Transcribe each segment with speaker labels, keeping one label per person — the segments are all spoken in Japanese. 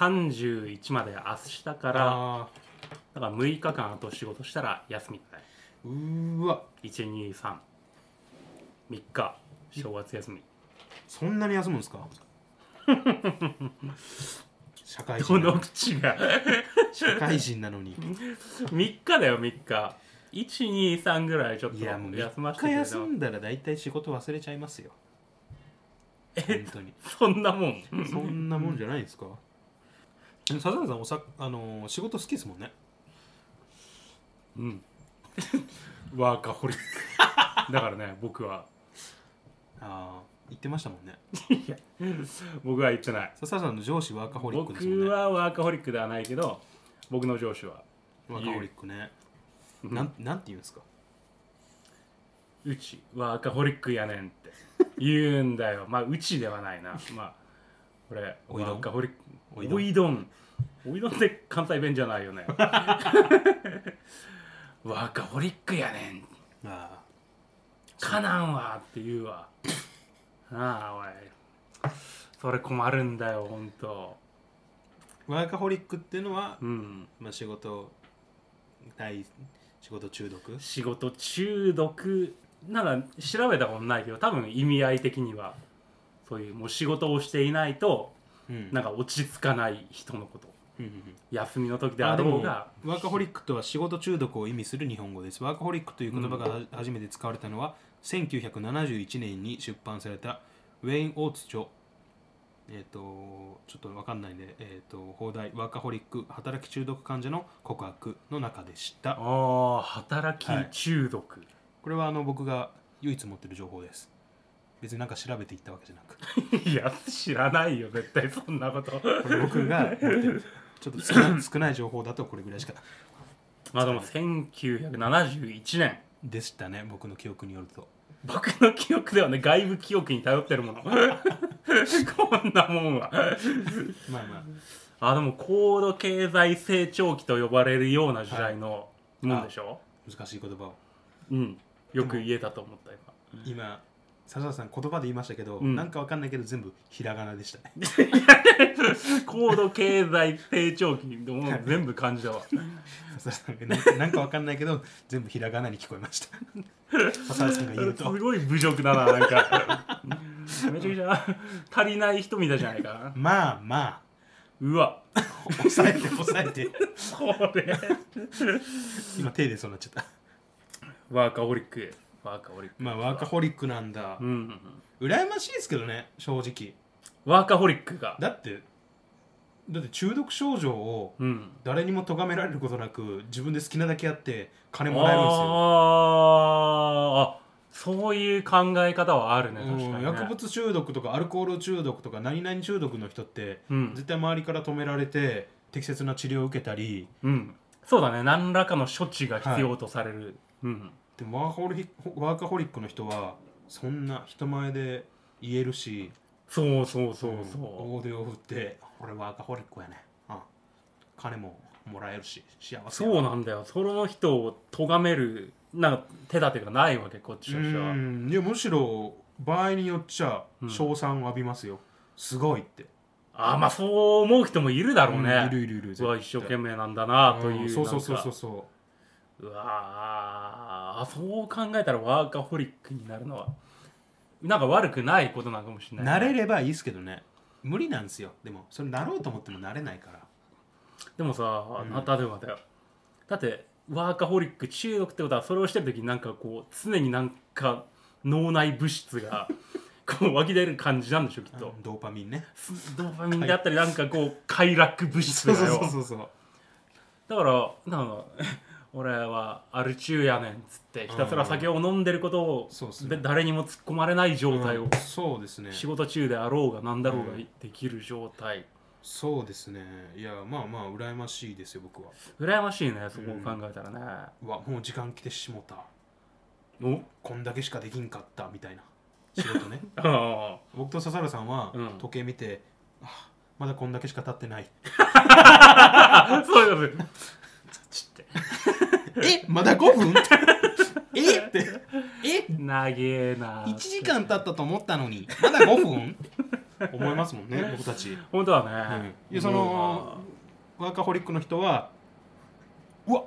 Speaker 1: 31まで明日から
Speaker 2: あ
Speaker 1: だから6日間あと仕事したら休みだね
Speaker 2: ーうーわ
Speaker 1: 1233日正月休み
Speaker 2: そんなに休むんですか 社会
Speaker 1: ど
Speaker 2: 人な
Speaker 1: の
Speaker 2: の
Speaker 1: 口が
Speaker 2: 社 会人なのに
Speaker 1: 3日だよ3日123ぐらいちょっと
Speaker 2: いやもう
Speaker 1: 休ま
Speaker 2: 3
Speaker 1: せて
Speaker 2: 日
Speaker 1: くれ
Speaker 2: 休んだら大体仕事忘れちゃいますよ本当に
Speaker 1: そんなもん
Speaker 2: そんなもんじゃな いですかでも笹原さんおさ、あのー仕事好きですもんね
Speaker 1: うん、ワーカホリッ クだからね僕は
Speaker 2: ああ言ってましたもんね
Speaker 1: 僕は言ってない
Speaker 2: 笹原さんの上司ワーカホリックですもん
Speaker 1: 僕
Speaker 2: ね
Speaker 1: はワーカホリックではないけど僕の上司は
Speaker 2: ワーカホリックね
Speaker 1: うん
Speaker 2: なんなんて言うんですか
Speaker 1: うちワーカホリックやねんって言うんだよまあうちではないなまあこれ
Speaker 2: おいどん
Speaker 1: ワーカホリック
Speaker 2: おいどん
Speaker 1: おいどんおいどんって関西弁じゃないよ ねワーカホリックやねん
Speaker 2: あ
Speaker 1: かなんわって言うわなあおいそれ困るんだよほんと
Speaker 2: ーワーカホリックっていうのは、
Speaker 1: うん
Speaker 2: まあ、仕事大仕事中毒
Speaker 1: 仕事中毒なら調べたことないけど多分意味合い的にはそういうもう仕事をしていないと
Speaker 2: うん
Speaker 1: なんか落ち着かない人のこと
Speaker 2: うんうんうん
Speaker 1: 休みの時で
Speaker 2: あ
Speaker 1: あ
Speaker 2: で
Speaker 1: ろ
Speaker 2: も
Speaker 1: うが
Speaker 2: ワーカホリックとは仕事中毒を意味する日本語ですワーカホリックという言葉がは初めて使われたのは、1971年に出版されたウェイン・オーツ著えっ、とちょっとわかんないんで、えっと放題ワーカホリック働き中毒患者の告白の中でした
Speaker 1: ああ働き中毒、
Speaker 2: これはあの僕が唯一持ってる情報です別になんか調べていったわけじゃな く
Speaker 1: い、や知らないよ絶対そんなこと
Speaker 2: これ僕が持ってるちょっと少な少ない情報だとこれぐらいしか
Speaker 1: まあでも1971年
Speaker 2: でしたね僕の記憶によると
Speaker 1: 僕の記憶ではね外部記憶に頼ってるもの こんなもんは
Speaker 2: まあまあ
Speaker 1: あでも高度経済成長期と呼ばれるような時代のもんでしょ、
Speaker 2: 難しい言葉を
Speaker 1: うんよく言えたと思った今
Speaker 2: 今笹田さん言葉で言いましたけど、
Speaker 1: うん
Speaker 2: なんかわかんないけど全部ひらがなでしたね
Speaker 1: 高度経済成長期でもう全部漢字だわ
Speaker 2: 笹田さんがなんかなんかわかんないけど全部ひらがなに聞こえました 笹田さんが言う
Speaker 1: す
Speaker 2: と
Speaker 1: ごい侮辱だななんかめちゃくちゃ足りない人みたいじゃないかな
Speaker 2: まあま
Speaker 1: うわ
Speaker 2: あ抑えて抑えて
Speaker 1: これ
Speaker 2: 今手でそうなっちゃった
Speaker 1: ワーカホリックワーカホリック
Speaker 2: まあワーカホリックなんだ
Speaker 1: うんうんうん
Speaker 2: 羨ましいですけどね正直
Speaker 1: ワーカホリックが
Speaker 2: だってだって中毒症状を
Speaker 1: うん
Speaker 2: 誰にも咎められることなく自分で好きなだけやって金もらえるんですよ
Speaker 1: あーあそういう考え方はあるね確かに、
Speaker 2: う
Speaker 1: ね、
Speaker 2: ん薬物中毒とかアルコール中毒とか何々中毒の人って
Speaker 1: うん
Speaker 2: 絶対周りから止められて適切な治療を受けたり
Speaker 1: うん、そうだね何らかの処置が必要とされる、うん
Speaker 2: でもワーカホリワーカホリックの人はそんな人前で言えるし
Speaker 1: そうそうそうそう、
Speaker 2: 大手を振って「俺ワーカホリックやね、うん、金ももらえるし幸せ
Speaker 1: そう
Speaker 2: な
Speaker 1: なんだよその人を咎めるなんか手立てがないわけこっちとしては
Speaker 2: んいやむしろ場合によっちゃ
Speaker 1: うん
Speaker 2: 称賛を浴びますよ、すごいって
Speaker 1: ああまあそう思う人もいるだろう
Speaker 2: うんい
Speaker 1: ね、
Speaker 2: るいるいる
Speaker 1: うわ一生懸命なんだなという、
Speaker 2: んそうそうそうそう
Speaker 1: う
Speaker 2: そう
Speaker 1: うわあそう考えたらワーカホリックになるのはなんか悪くないことなのかもしれな
Speaker 2: ない
Speaker 1: ね、
Speaker 2: れればいいですけどね無理なんですよでもそれなろうと思ってもなれないから
Speaker 1: でもさ、
Speaker 2: うん
Speaker 1: な例えばだよだってワーカホリック中毒ってことはそれをしてる時になんかこう常になんか脳内物質がこう湧き出る感じなんでしょきっと、
Speaker 2: ドーパミ ンね
Speaker 1: ドーパミンであったりなんかこう快楽物質
Speaker 2: そう
Speaker 1: だ
Speaker 2: そう
Speaker 1: よ
Speaker 2: そうそうそう
Speaker 1: だからなんか俺はアル中やねんっつってひたすら酒を飲んでることを
Speaker 2: そうっすね
Speaker 1: で誰にも突っ込まれない状態を
Speaker 2: うんそうですね
Speaker 1: 仕事中であろうが何だろうが
Speaker 2: うん
Speaker 1: できる状態
Speaker 2: そうですねいやまあまあ羨ましいですよ僕は
Speaker 1: 羨ましいねそこを考えたらね、
Speaker 2: うわもう時間来てしもた
Speaker 1: お
Speaker 2: こんだけしかできんかったみたいな仕事ね
Speaker 1: あ
Speaker 2: 僕と笹原さんは
Speaker 1: うん
Speaker 2: 時計見て、あまだこんだけしか経ってない
Speaker 1: あそういうことちって
Speaker 2: え まだ5分 えってえ
Speaker 1: 長えな
Speaker 2: 1時間経ったと思ったのにまだ5分 思いますもんね僕たち、
Speaker 1: 本当
Speaker 2: う
Speaker 1: はね
Speaker 2: ん、でそのワーカホリックの人はうわ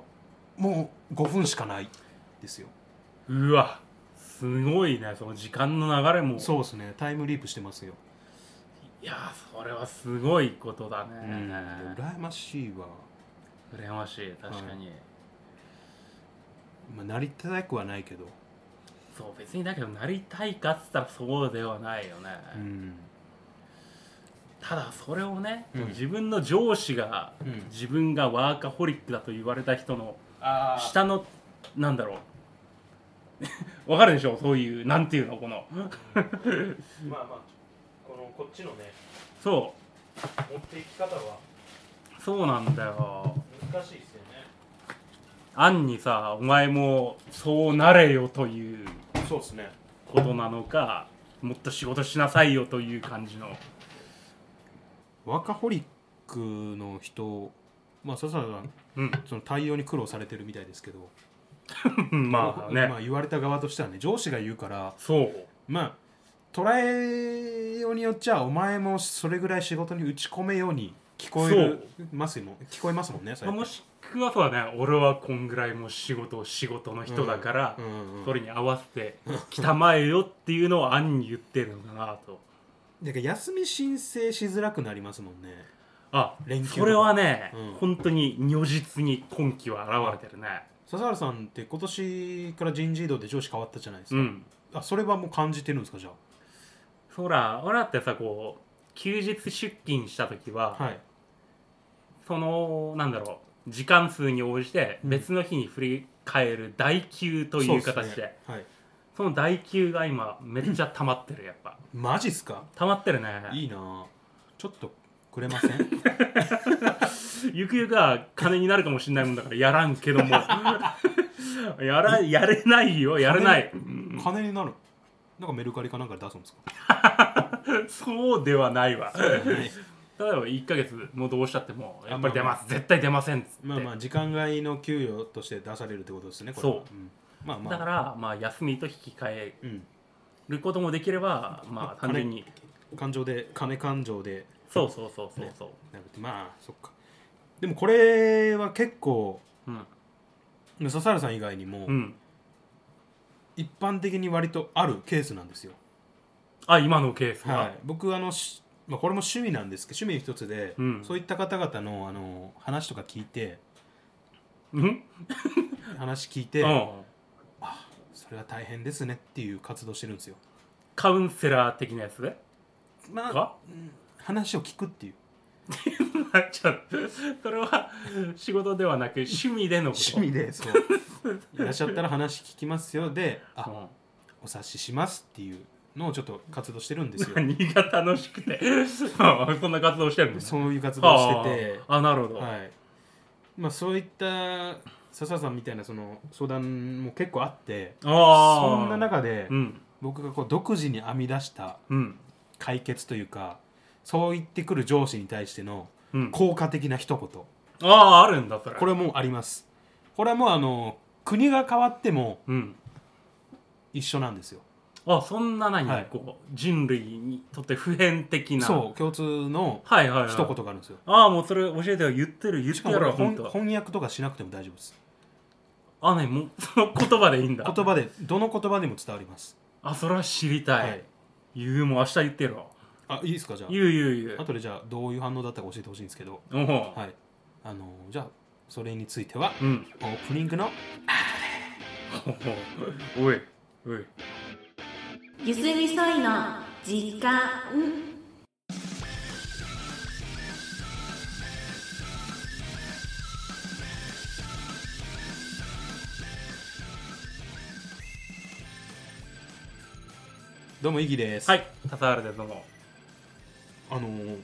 Speaker 2: もう5分しかないですよ
Speaker 1: うわすごいねその時間の流れも
Speaker 2: そうですねタイムリープしてますよ、
Speaker 1: いやそれはすごいことだね、
Speaker 2: うん、羨ましいわ、
Speaker 1: 羨ましい確かに、
Speaker 2: まあ、なりたくはないけど、
Speaker 1: そう別にだけどなりたいかっつったらそうではないよね、
Speaker 2: うん
Speaker 1: ただそれをね、
Speaker 2: うん
Speaker 1: 自分の上司が、
Speaker 2: うん
Speaker 1: 自分がワーカホリックだと言われた人の
Speaker 2: あー
Speaker 1: 下のなんだろう わかるでしょそういうなんていうのこの
Speaker 2: まあまあこのこっちのね
Speaker 1: そ
Speaker 2: 持っていき方は
Speaker 1: うそうなんだよ
Speaker 2: 難しいですよね
Speaker 1: アンにさお前もそうなれよという
Speaker 2: そうですね
Speaker 1: ことなのかもっと仕事しなさいよという感じの
Speaker 2: ワーカホリックの人まあ笹田さん
Speaker 1: うん
Speaker 2: その対応に苦労されてるみたいですけど
Speaker 1: まあね、
Speaker 2: まあ、言われた側としてはね上司が言うから
Speaker 1: そう
Speaker 2: まあ捉えようによっちゃお前もそれぐらい仕事に打ち込めように聞こえるますもん聞こえますもんねそれ
Speaker 1: もしくはそうだね俺はこんぐらいもう仕事を仕事の人だから、
Speaker 2: うんうんうん
Speaker 1: それに合わせて来たまえよっていうのをアンに言ってるのかなと
Speaker 2: だから休み申請しづらくなりますもんね
Speaker 1: あ
Speaker 2: 連休とか
Speaker 1: それはね、
Speaker 2: うん
Speaker 1: 本当に如実に今期は現れてるね
Speaker 2: 笹原さんって今年から人事異動で上司変わったじゃないです
Speaker 1: う
Speaker 2: か、
Speaker 1: ん
Speaker 2: あそれはもう感じてるんですかじゃ
Speaker 1: そら俺だってさこう休日出勤した時は、
Speaker 2: あはい
Speaker 1: そのなんだろう時間数に応じて
Speaker 2: うん
Speaker 1: 別の日に振り返る代休と
Speaker 2: そ
Speaker 1: いうう
Speaker 2: っすね
Speaker 1: 形でそ
Speaker 2: はい、
Speaker 1: の代休が今めっちゃ溜まってるやっぱ
Speaker 2: マジっすか
Speaker 1: 溜まってるね
Speaker 2: いいなあちょっとくれません
Speaker 1: ゆくゆくは金になるかもしれないもんだからやらんけど もやらやれないよやれない
Speaker 2: 金になるなんかメルカリかなんかで出すんですか
Speaker 1: そうではないわ例え
Speaker 2: はい
Speaker 1: ば1ヶ月もうどうしたっても
Speaker 2: あ
Speaker 1: やっぱり出ます、絶対出ませんっつって、
Speaker 2: まあまあ時間外の給与として出されるってことですねこれは
Speaker 1: そ
Speaker 2: んまあまあ
Speaker 1: だからまあ休みと引き換え
Speaker 2: うん、
Speaker 1: ることもできればまあ単純に
Speaker 2: 感情で金感情で
Speaker 1: そうそうそうそうそう、
Speaker 2: なるってまあそっかでもこれは結構
Speaker 1: うん
Speaker 2: 笹原さん以外にも
Speaker 1: うん
Speaker 2: 一般的に割とあるケースなんですよ、
Speaker 1: あ今のケースは、
Speaker 2: はい、僕あの、しまあ、これも趣味なんですけど趣味の一つで、
Speaker 1: うん
Speaker 2: そういった方々のあの話とか聞いて
Speaker 1: うん
Speaker 2: 話聞いうて、
Speaker 1: ん
Speaker 2: それは大変ですねっていう活動してるんですよ、
Speaker 1: カウンセラー的なやつで
Speaker 2: まあ
Speaker 1: か、
Speaker 2: うん話を聞くっていう
Speaker 1: ちょっとそれは仕事ではなく趣味でのこと
Speaker 2: 趣味でそう いらっしゃったら話聞きますよであ
Speaker 1: うん
Speaker 2: お察ししますっていうのをちょっと活動してるんですよ
Speaker 1: 何が楽しく てあそんな活動してるんです
Speaker 2: そういう活動をしてて
Speaker 1: あーあなるほど、
Speaker 2: はいまあ、そういった笹さんみたいなその相談も結構あって
Speaker 1: ああ
Speaker 2: そんな中で
Speaker 1: うん
Speaker 2: 僕がこう独自に編み出した
Speaker 1: うん
Speaker 2: 解決というかそう言ってくる上司に対しての
Speaker 1: うん
Speaker 2: 効果的な一言
Speaker 1: あああるんだそれ
Speaker 2: これもありますこれはもうあの国が変わっても
Speaker 1: うん
Speaker 2: 一緒なんですよ
Speaker 1: あそんな何、
Speaker 2: はい
Speaker 1: こう人類にとって普遍的な
Speaker 2: そう共通の
Speaker 1: はいはい、はい、
Speaker 2: 一言があるんですよ
Speaker 1: ああもうそれ教えてよ言ってる言っ
Speaker 2: してか
Speaker 1: や
Speaker 2: もこ
Speaker 1: ろうほ
Speaker 2: れ
Speaker 1: んと
Speaker 2: 翻翻訳とかしなくても大丈夫です
Speaker 1: あねもうその言葉でいいんだ
Speaker 2: 言葉でどの言葉でも伝わります
Speaker 1: あそれは知りたい、
Speaker 2: はい
Speaker 1: 言うもう明日言ってろ
Speaker 2: あいいですかじゃあ
Speaker 1: 言う言う言う
Speaker 2: あとでじゃあどういう反応だったか教えてほしいんですけど
Speaker 1: おう
Speaker 2: はいあのじゃあそれについては
Speaker 1: うん
Speaker 2: オープニングの
Speaker 1: おうおいおい
Speaker 3: ゆすみそいの時間
Speaker 2: どうもイギです
Speaker 1: はい笠原ですどうも
Speaker 2: あのー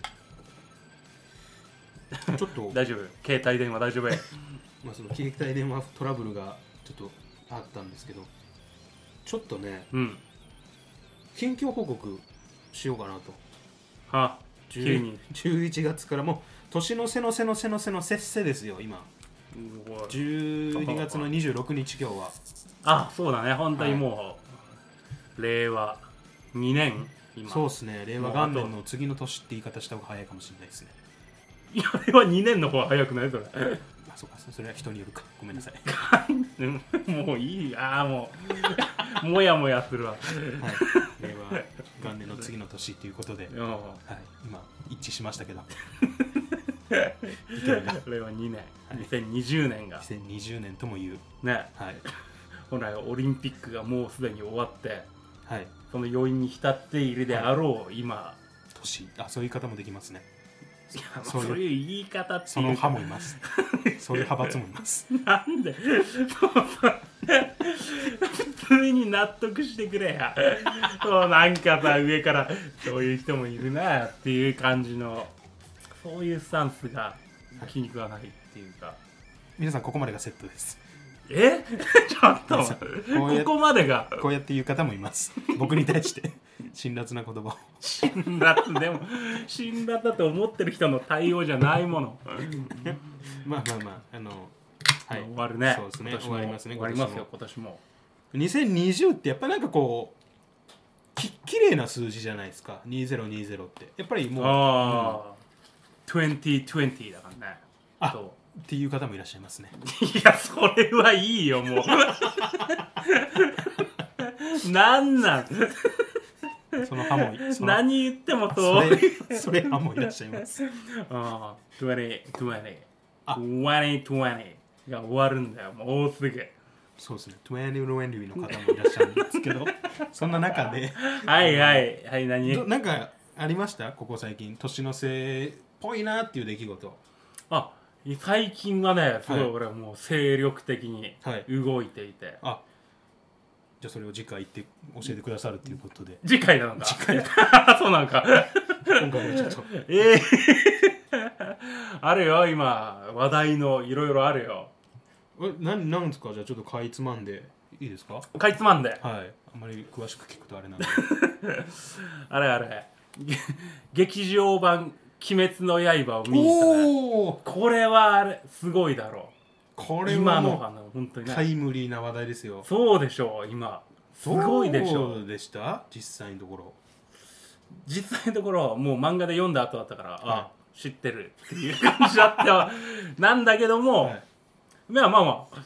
Speaker 2: ちょっ と、
Speaker 1: 大丈夫携帯電話大丈 夫
Speaker 2: まあ、その携帯電話トラブルがちょっとあったんですけどちょっとね
Speaker 1: うん
Speaker 2: 近況報告しようかなと
Speaker 1: は急
Speaker 2: 10
Speaker 1: に
Speaker 2: 11月からもう年の瀬の瀬の瀬の瀬のせっせですよ今12月の26日今日は
Speaker 1: あそうだね本当にもう、令和2年今
Speaker 2: そ うですね令和元年の次の年って言い方した方が早いかもしれないですね
Speaker 1: いやあれは2年の方が早くないそれ
Speaker 2: あそうかそれは人によるかごめんなさい、
Speaker 1: もういいああもう もやもやするわ
Speaker 2: はい、令和元年の次の年ということで、
Speaker 1: うん
Speaker 2: はい、今一致しましたけ ど
Speaker 1: 令和2年2020年が
Speaker 2: 2020年とも言う
Speaker 1: ね
Speaker 2: はい
Speaker 1: 本来オリンピックがもうすでに終わって
Speaker 2: はい
Speaker 1: その要因に浸っているであろう今
Speaker 2: 年あそういう言い方もできますね
Speaker 1: いやまあ
Speaker 2: そ
Speaker 1: そうう
Speaker 2: いう
Speaker 1: いう言い方って
Speaker 2: そ
Speaker 1: い
Speaker 2: の
Speaker 1: うか
Speaker 2: 派もいますそういう派閥もい ます
Speaker 1: なんで普通に納得してくれやそうなんかさ上からそういう人もいるなっていう感じのそういうスタンスが気に食わないっていうか
Speaker 2: 皆さんここまでがセットです
Speaker 1: え ちょっと
Speaker 2: そうこうやっ
Speaker 1: ここまでが
Speaker 2: こうやって言う方もいます僕に対して辛辣な言葉を
Speaker 1: 辛辣でも辛辣だと思ってる人の対応じゃないもの
Speaker 2: まあまあまああのはい
Speaker 1: 終わるね
Speaker 2: そうですね
Speaker 1: 今年
Speaker 2: 終
Speaker 1: も
Speaker 2: わりますね
Speaker 1: 終わりますよ
Speaker 2: 今
Speaker 1: 今年も
Speaker 2: 2020ってやっぱなんかこうき綺麗な数字じゃないですか2020ってやっぱりもううん
Speaker 1: ああ、2020だからね
Speaker 2: あ
Speaker 1: そう
Speaker 2: っていう方もいらっしゃいま すね
Speaker 1: いや、それはいいよ、もう。なんなん
Speaker 2: その派もいその
Speaker 1: 何言っても
Speaker 2: そ
Speaker 1: そう。
Speaker 2: れそれ派もいらっしゃい ます
Speaker 1: ああ、20、20
Speaker 2: あ。
Speaker 1: 20、20が終わるんだよ、もうすぐ。
Speaker 2: そうですね20ロエンリーの方もいらっしゃるんですけ どそんな中で
Speaker 1: はいはい、はい、
Speaker 2: ど
Speaker 1: 何
Speaker 2: なんかありましたここ最近年のせいっぽいなっていう出来事
Speaker 1: あ、最近はね、すごい
Speaker 2: はい
Speaker 1: 俺はもう精力的に
Speaker 2: はい
Speaker 1: 動いていて。
Speaker 2: あじゃあそれを次回言って教えてくださるということ で
Speaker 1: 次回なのか
Speaker 2: 次回
Speaker 1: そうなんか。
Speaker 2: 今回はちょっと
Speaker 1: ええあるよ、今。話題のいろいろあるよ。
Speaker 2: えなんなんですかじゃあちょっとかいつまんでいいですか
Speaker 1: かいつまんで。
Speaker 2: はいあんまり詳しく聞くとあれなん で
Speaker 1: あれあれ げ劇場版「鬼滅の刃」を見に行ったね
Speaker 2: おお
Speaker 1: これはあれすごいだろ
Speaker 2: こ
Speaker 1: う
Speaker 2: れは
Speaker 1: 今の
Speaker 2: も
Speaker 1: 花本当
Speaker 2: う
Speaker 1: に
Speaker 2: タ
Speaker 1: ね
Speaker 2: イムリーな話題ですよ
Speaker 1: そうでしょう今すごいでしょ
Speaker 2: ど
Speaker 1: う
Speaker 2: うでした実際のところ
Speaker 1: 実際のところもう漫画で読んだ後だったから、あ
Speaker 2: は
Speaker 1: 知ってるっていう感じだ ったなんだけども、
Speaker 2: はい
Speaker 1: まあまあまあ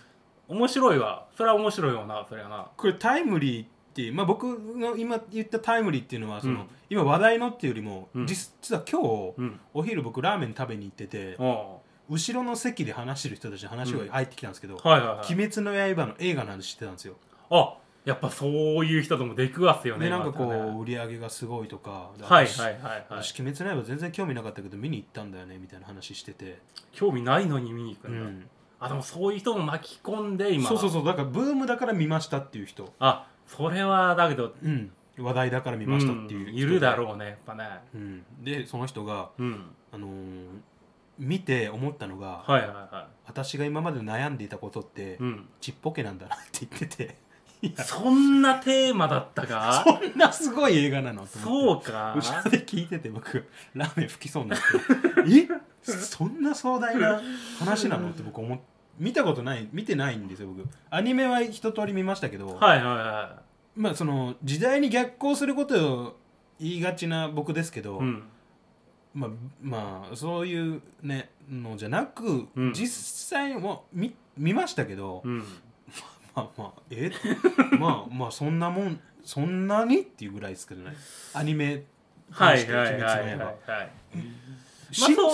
Speaker 1: 面白いわそれは面白いよなそれはな
Speaker 2: これタイムリーって、まあ、僕の今言ったタイムリーっていうのはその、
Speaker 1: うん
Speaker 2: 今話題のっていうよりも、
Speaker 1: うん
Speaker 2: 実実は今日、
Speaker 1: うん
Speaker 2: お昼僕ラーメン食べに行ってて、
Speaker 1: お
Speaker 2: 後ろの席で話してる人たちの話が入ってきたんですけど「
Speaker 1: うはいはいはい
Speaker 2: 鬼滅の刃」の映画なんて知ってたんですよ。
Speaker 1: あやっぱそういう人とも出くわすよね
Speaker 2: でなんかこう、
Speaker 1: 今ってね
Speaker 2: 売り上げがすごいとか「
Speaker 1: はい
Speaker 2: 私
Speaker 1: はいはいはい
Speaker 2: 私鬼滅の刃全然興味なかったけど見に行ったんだよね」みたいな話してて、
Speaker 1: 興味ないのに見に行くんだ、
Speaker 2: うん
Speaker 1: あでもそういう人も巻き込んで今
Speaker 2: そうそうそうだからブームだから見ましたっていう人、
Speaker 1: あそれはだけど
Speaker 2: うん、話題だから見ましたっていう人
Speaker 1: う
Speaker 2: で
Speaker 1: んいるだろうねやっぱね
Speaker 2: うん、でその人が
Speaker 1: うん
Speaker 2: あのー見て思ったの
Speaker 1: は
Speaker 2: が、
Speaker 1: いはいは
Speaker 2: 私が今まで悩んでいたことって、
Speaker 1: い、うん、
Speaker 2: ちっぽけなんだなって言ってて
Speaker 1: そんなテーマだったか
Speaker 2: そんなすごい映画なのと
Speaker 1: そ
Speaker 2: 思って
Speaker 1: うか
Speaker 2: 後ろで聞いてて僕ラーメン吹きそうになってえそんな壮大な話なのって僕思っ見たことない見てないんですよ僕アニメは一通り見ましたけど、
Speaker 1: はいはいは
Speaker 2: まあその時代に逆行することを言いがちな僕ですけど、
Speaker 1: い、うん、
Speaker 2: まあ、まあそういうねのじゃなく、
Speaker 1: うん
Speaker 2: 実際も見見ましたけど、
Speaker 1: うん、
Speaker 2: まあまあえ まあまあそんなもんそんなにっていうぐらいですけどねアニメ
Speaker 1: はいはいはいはい、
Speaker 2: まあ
Speaker 1: はい、まあ
Speaker 2: そう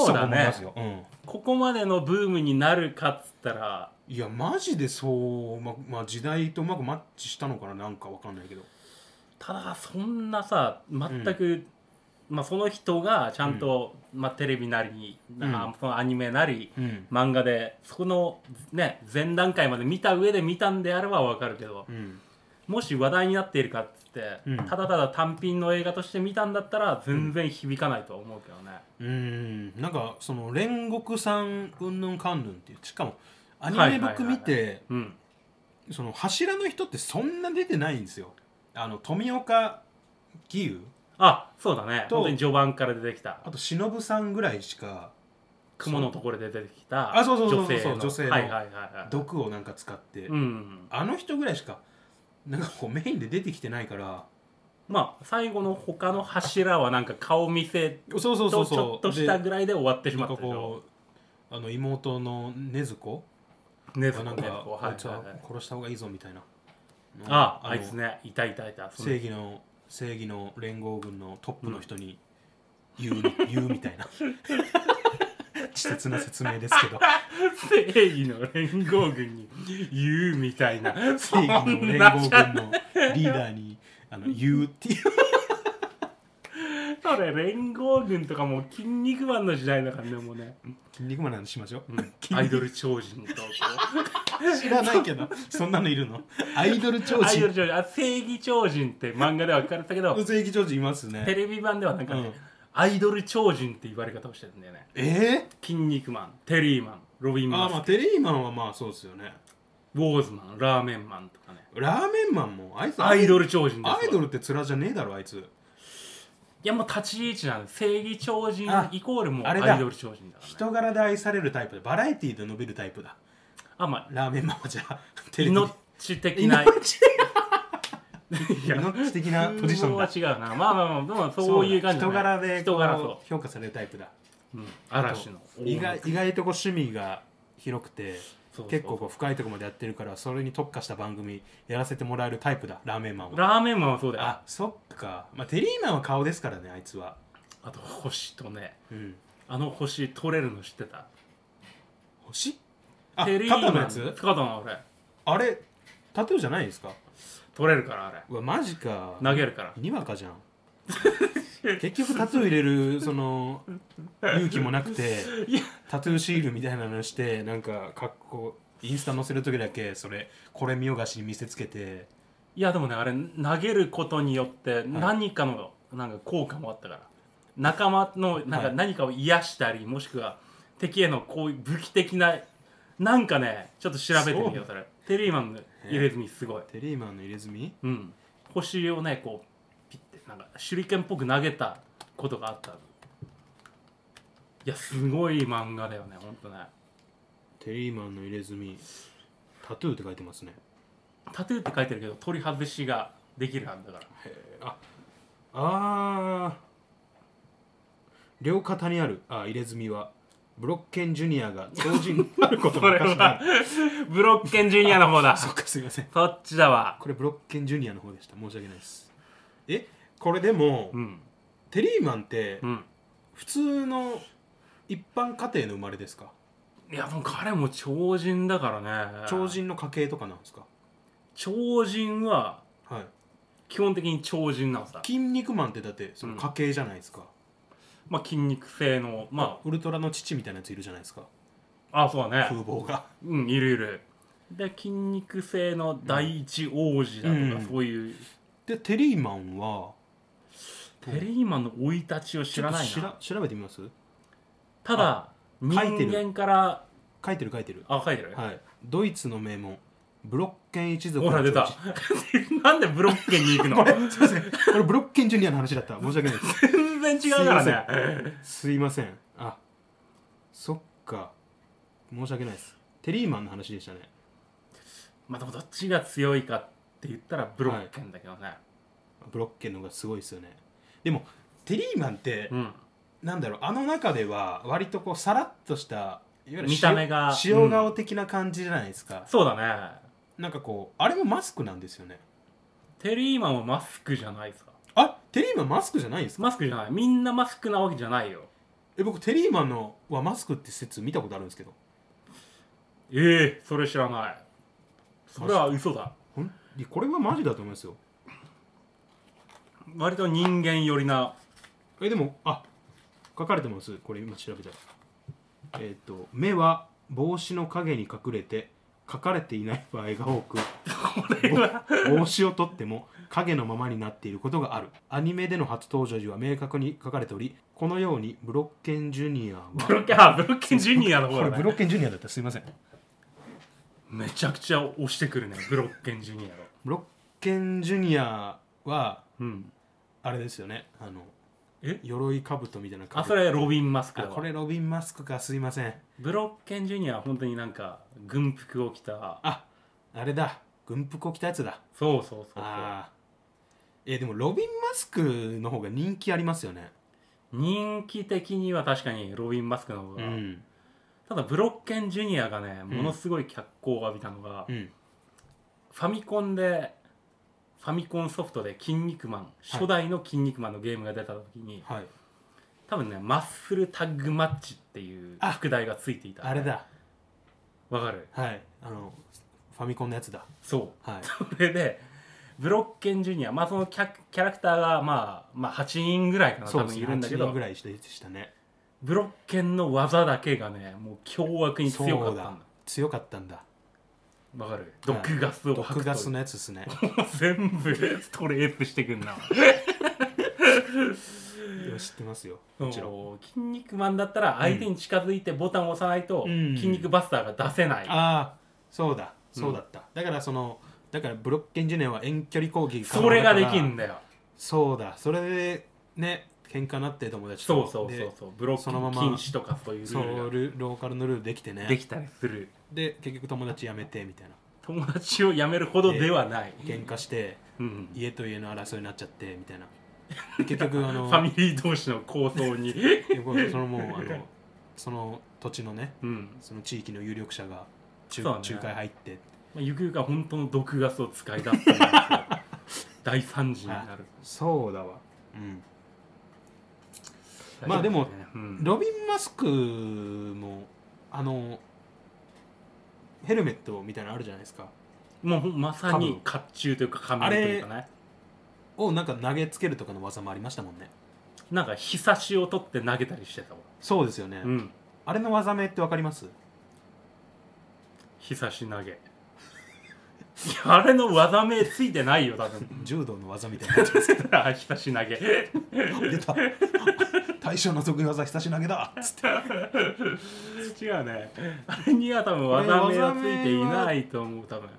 Speaker 1: そうだ
Speaker 2: だ
Speaker 1: ね
Speaker 2: ね、うん、
Speaker 1: ここまでのブームになるかっつったら
Speaker 2: いやマジでそうままあ時代とうまくマッチしたのかななんかわかんないけど
Speaker 1: ただそんなさ全く、まあ、その人がちゃんと、まあ、テレビなり、あそのアニメなり、
Speaker 2: うん、
Speaker 1: 漫画でそこのね前段階まで見た上で見たんであればわかるけど
Speaker 2: うん、
Speaker 1: もし話題になっているかっつって、
Speaker 2: うん
Speaker 1: ただただ単品の映画として見たんだったら全然響かないとは思うけどね、
Speaker 2: うんなんかその煉獄さんうんぬんかんぬんっていうしかもアニ
Speaker 1: はいは
Speaker 2: メ
Speaker 1: いはいはい
Speaker 2: 僕見て
Speaker 1: うん、
Speaker 2: その柱の人ってそんな出てないんですよあの富岡義勇
Speaker 1: あそうだね
Speaker 2: と
Speaker 1: 本当に序盤から出てきた
Speaker 2: あと忍さんぐらいしか
Speaker 1: 雲のところで出てきた
Speaker 2: あそうそうそう
Speaker 1: 女
Speaker 2: そう
Speaker 1: 性の
Speaker 2: 女性の
Speaker 1: はいはいはいはい
Speaker 2: 毒をなんか使って、
Speaker 1: うん
Speaker 2: あの人ぐらいしかなんかこうメインで出てきてないから
Speaker 1: まあ最後の他の柱はなんか顔見せ
Speaker 2: そうそうそ
Speaker 1: と
Speaker 2: う
Speaker 1: ちょ
Speaker 2: そ
Speaker 1: っ
Speaker 2: う
Speaker 1: とした
Speaker 2: で
Speaker 1: ぐらいで終わってし
Speaker 2: な
Speaker 1: ま
Speaker 2: ん
Speaker 1: った
Speaker 2: か
Speaker 1: でしょ
Speaker 2: こうあの妹の禰豆子
Speaker 1: ね
Speaker 2: がなん
Speaker 1: ね
Speaker 2: か
Speaker 1: こう
Speaker 2: あ
Speaker 1: はいい
Speaker 2: つ
Speaker 1: は
Speaker 2: はい
Speaker 1: はい
Speaker 2: 殺した方がいいぞみたいな
Speaker 1: あ
Speaker 2: の
Speaker 1: あいつねいたいたいたその
Speaker 2: 正義の正義の連合軍のトップの人に言う,、言うみた いな稚拙な説明ですけど
Speaker 1: 正義の連合軍に言うみたいな
Speaker 2: 正義の連合軍のリーダーにあの言うっていう
Speaker 1: それ連合軍とかもう筋肉マンの時代だからねもうね、
Speaker 2: 筋肉マンなんしましょう、
Speaker 1: アイドル超人とこ
Speaker 2: 知らないけどそんなのいるのアイドル超
Speaker 1: うアイド
Speaker 2: 人
Speaker 1: ル超人あ正義超人って漫画では書かれてたけど
Speaker 2: 正義超人います
Speaker 1: テ
Speaker 2: ね
Speaker 1: レビ版ではなんか、ね
Speaker 2: うん
Speaker 1: アイドル超人って言われ方をしてるんだよね
Speaker 2: え
Speaker 1: 筋肉マンテリーマンロビン
Speaker 2: ー、
Speaker 1: マ
Speaker 2: あ
Speaker 1: ン、
Speaker 2: ーまあテリーマンはまあそうですよね
Speaker 1: ウォーズマンラーメンマンとかね
Speaker 2: ラーメンマンもあいつ
Speaker 1: アイドル超人ですわ
Speaker 2: アイドルって面じゃねえだろあいつ
Speaker 1: いやもう立ち位置なんです正義超人
Speaker 2: あ
Speaker 1: イコールもう
Speaker 2: あ
Speaker 1: ア
Speaker 2: れだ
Speaker 1: イドル超人だから、ね、
Speaker 2: 人柄で愛されるタイプでバラエティーで伸びるタイプだ
Speaker 1: あまあ
Speaker 2: ラーメンマンはじゃ あテレビで
Speaker 1: 命的な
Speaker 2: 命
Speaker 1: いや
Speaker 2: 命的なポジションだ
Speaker 1: 風貌は違うなまあまあまあでもそういう感じだ
Speaker 2: 人
Speaker 1: ね
Speaker 2: 柄で
Speaker 1: 人柄
Speaker 2: こ
Speaker 1: そう
Speaker 2: 評価されるタイプだ
Speaker 1: う、うん、嵐の
Speaker 2: 意外意外とこう趣味が広くて
Speaker 1: そうそう
Speaker 2: 結構こう深いところまでやってるからそれに特化した番組やらせてもらえるタイプだラーメンマンは
Speaker 1: ラーメンマンはそうだよあ
Speaker 2: あそっか、まあ、テリーマンは顔ですからねあいつは
Speaker 1: と星とね
Speaker 2: うん
Speaker 1: あの星取れるの知ってた
Speaker 2: 星あ
Speaker 1: テリーマン
Speaker 2: 肩のやつ
Speaker 1: 肩の俺
Speaker 2: あれタトゥーじゃないんですか
Speaker 1: 取れるからあれ
Speaker 2: うわマジか
Speaker 1: 投げるから
Speaker 2: にわか じゃん結局タトゥー入れるその勇気もなくて
Speaker 1: いや
Speaker 2: タトゥーシールみたいなのしてなんか格好インスタ載せる時だけそれこれ見よがしに見せつけて
Speaker 1: いやでもねあれ投げることによって何かの、なんか効果もあったから仲間のなんか
Speaker 2: はい
Speaker 1: 何かを癒したり、もしくは敵へのこういう武器的ななんかねちょっと調べてみようそれテリーマンの入れ墨すごい、
Speaker 2: テリーマンの入れ墨
Speaker 1: うん星をねこうピッてなんか手裏剣っぽく投げたことがあったいやすごい漫画だよねほんとね
Speaker 2: テリーマンの入れ墨タトゥーって書いてますね
Speaker 1: タトゥーって書いてるけど取り外しができるはずだから
Speaker 2: ああー両肩にあるあ入れ墨はブロッケンジュニアが超人になること
Speaker 1: こ
Speaker 2: もお
Speaker 1: れ
Speaker 2: かしな
Speaker 1: はブロッケンジュニアの方だ
Speaker 2: そっかすいません
Speaker 1: そっちだわ
Speaker 2: これブロッケンジュニアの方でした申し訳ないですえこれでも、
Speaker 1: うん
Speaker 2: テリーマンって
Speaker 1: うん
Speaker 2: 普通の一般家庭の生まれですか
Speaker 1: いやもう彼も超人だからね
Speaker 2: 超人の家系とかなんですか
Speaker 1: 超人は
Speaker 2: はい
Speaker 1: 基本的に超人なのさ、
Speaker 2: 筋肉マンってだってその家系じゃないですか、
Speaker 1: まあ、筋肉性のま
Speaker 2: ウルトラの父みたいなやついるじゃないですか
Speaker 1: ああそうだ
Speaker 2: 風
Speaker 1: ね
Speaker 2: 貌が
Speaker 1: うんいるいるで筋肉性の第一王子だとか、
Speaker 2: うん
Speaker 1: そういう
Speaker 2: でテリーマンは
Speaker 1: テリーマンの生い立ちを知らない
Speaker 2: ちょっ
Speaker 1: な
Speaker 2: と調調べてみます
Speaker 1: ただ人
Speaker 2: 書いてる
Speaker 1: 間から
Speaker 2: 書いてる書いてる
Speaker 1: あ書いてる、
Speaker 2: はいドイツの名門ブロッケン一族
Speaker 1: ほら出 たなんでブロッケンに行くの
Speaker 2: すいませんこれブロッケンジュニアの話だった申し訳ないです
Speaker 1: 全然違うからね
Speaker 2: すいませんあそっか申し訳ないですテリーマンの話でしたね
Speaker 1: まあでもどっちが強いかって言ったらブロッケンだけどね、
Speaker 2: ブロッケンの方がすごいですよねでもテリーマンって、
Speaker 1: うん
Speaker 2: なんだろうあの中では割とこうさらっとしたいわゆる
Speaker 1: 見た目が
Speaker 2: 塩塩顔的な感じじゃないですか、
Speaker 1: そうだね
Speaker 2: なんかこうあれもマスクなんですよね
Speaker 1: テリーマンはマスクじゃないさ
Speaker 2: あテリーマンマスクじゃないんですか
Speaker 1: マスクじゃないみんなマスクなわけじゃないよ
Speaker 2: え僕テリーマンのはマスクって説見たことあるんですけど
Speaker 1: ええそれ知らないそれは嘘だ
Speaker 2: ほんいやこれはマジだと思いますよ
Speaker 1: 割と人間寄りな
Speaker 2: えでもあ書かれてますこれ今調べたらえっ、と目は帽子の影に隠れて書かれていない場合が多 くぼ帽子を取っても影のままになっていることがあるアニメでの初登場時は明確に書かれておりこのようにブロッケンジュニアは
Speaker 1: ブロッケンあブロッケンジュニアの
Speaker 2: こ
Speaker 1: 方
Speaker 2: れ
Speaker 1: だ
Speaker 2: ブ
Speaker 1: ね
Speaker 2: ロッケンジュニアだったすいません
Speaker 1: めちゃくちゃ押してくるねブロッケンジュニアの
Speaker 2: ブロッケンジュニアは
Speaker 1: うん
Speaker 2: あれですよねあの
Speaker 1: え
Speaker 2: 鎧兜みたいな
Speaker 1: あ
Speaker 2: 兜
Speaker 1: それロビン・マスク
Speaker 2: あ
Speaker 1: だわ
Speaker 2: これロビン・マスクかすいません
Speaker 1: ブロッケンジュニアは本当になんか軍服を着た
Speaker 2: ああれだ軍服を着たやつだ
Speaker 1: そうそうそうそう
Speaker 2: あえーでもロビン・マスクの方が人気ありますよね
Speaker 1: 人気的には確かにロビン・マスクの方
Speaker 2: う
Speaker 1: が、
Speaker 2: ん
Speaker 1: ただブロッケン・ジュニアがね
Speaker 2: ん
Speaker 1: ものすごい脚光を浴びたのが、
Speaker 2: うん
Speaker 1: ファミコンでファミコンソフトで「筋肉マン」初代の「筋肉マン」のゲームが出た時に、
Speaker 2: はい
Speaker 1: 多分ねマッスルタッグマッチっていう
Speaker 2: あ
Speaker 1: 副題がついていた
Speaker 2: あれだ
Speaker 1: わかる
Speaker 2: はいあのファミコンのやつだ
Speaker 1: そう
Speaker 2: はい
Speaker 1: それでブロッケンジュニアまあそのキャキャラクターがまあまあ8人ぐらいかな
Speaker 2: そ
Speaker 1: 多
Speaker 2: うです
Speaker 1: 分
Speaker 2: ね
Speaker 1: いるんだけ
Speaker 2: 8人
Speaker 1: ど
Speaker 2: ぐらいでしたね
Speaker 1: ブロッケンの技だけがねもう凶悪に強か
Speaker 2: そ
Speaker 1: った
Speaker 2: う
Speaker 1: ん
Speaker 2: だ
Speaker 1: だ
Speaker 2: 強かったんだ
Speaker 1: わかる毒ガスを吐
Speaker 2: 毒
Speaker 1: くと
Speaker 2: ガスのやつですね
Speaker 1: 全部ストレープしてくんな
Speaker 2: いや知ってますよ
Speaker 1: も
Speaker 2: もちろん
Speaker 1: う筋肉マンだったら相手に近づいてボタンを押さないと
Speaker 2: うん
Speaker 1: 筋肉バスターが出せない、
Speaker 2: ああそうだそうだった、だからそのだからブロッケンジュニアは遠距離攻撃可能
Speaker 1: それが
Speaker 2: だ
Speaker 1: で
Speaker 2: から
Speaker 1: きんだよ
Speaker 2: そうだそれでね喧嘩になって友達
Speaker 1: そ
Speaker 2: と
Speaker 1: うそうそう
Speaker 2: で
Speaker 1: そうブロッケ
Speaker 2: そのま
Speaker 1: ン
Speaker 2: ま
Speaker 1: 禁止とかそういうル
Speaker 2: そ
Speaker 1: ー
Speaker 2: う
Speaker 1: ル
Speaker 2: ルローカルのルールできてね
Speaker 1: ができたりする
Speaker 2: で結局友達辞めてみたいな
Speaker 1: 友達を辞めるほどではない、
Speaker 2: 喧嘩して
Speaker 1: うん、
Speaker 2: 家と家の争いになっちゃってみた いなで結局あ
Speaker 1: フ
Speaker 2: の
Speaker 1: ァミリー同士の構想に、
Speaker 2: そのもうあのその土地のね
Speaker 1: うん
Speaker 2: その地域の有力者が仲,、
Speaker 1: そうね
Speaker 2: 仲介入って
Speaker 1: まあ、ゆくゆくは本当の毒ガスを使い出すと思うんですよ大惨事になる
Speaker 2: そうだわうんまあでも、
Speaker 1: うん
Speaker 2: ロビン・マスクもあのヘルメットみたいなのあるじゃないですか
Speaker 1: もうまさに甲冑というか仮面というかね
Speaker 2: をなんか投げつけるとかの技もありましたもんね
Speaker 1: なんか日差しを取って投げたりしてたわ、
Speaker 2: そうですよね、
Speaker 1: うん、
Speaker 2: あれの技名ってわかります
Speaker 1: 日差し投げ いやあれの技名ついてないよ多分
Speaker 2: 柔道の技みたいなやつ
Speaker 1: あ日差し投げ
Speaker 2: 出た大将の得意技ひたし投げだつって
Speaker 1: 違うねあれには多分技名はついていないと思う多分、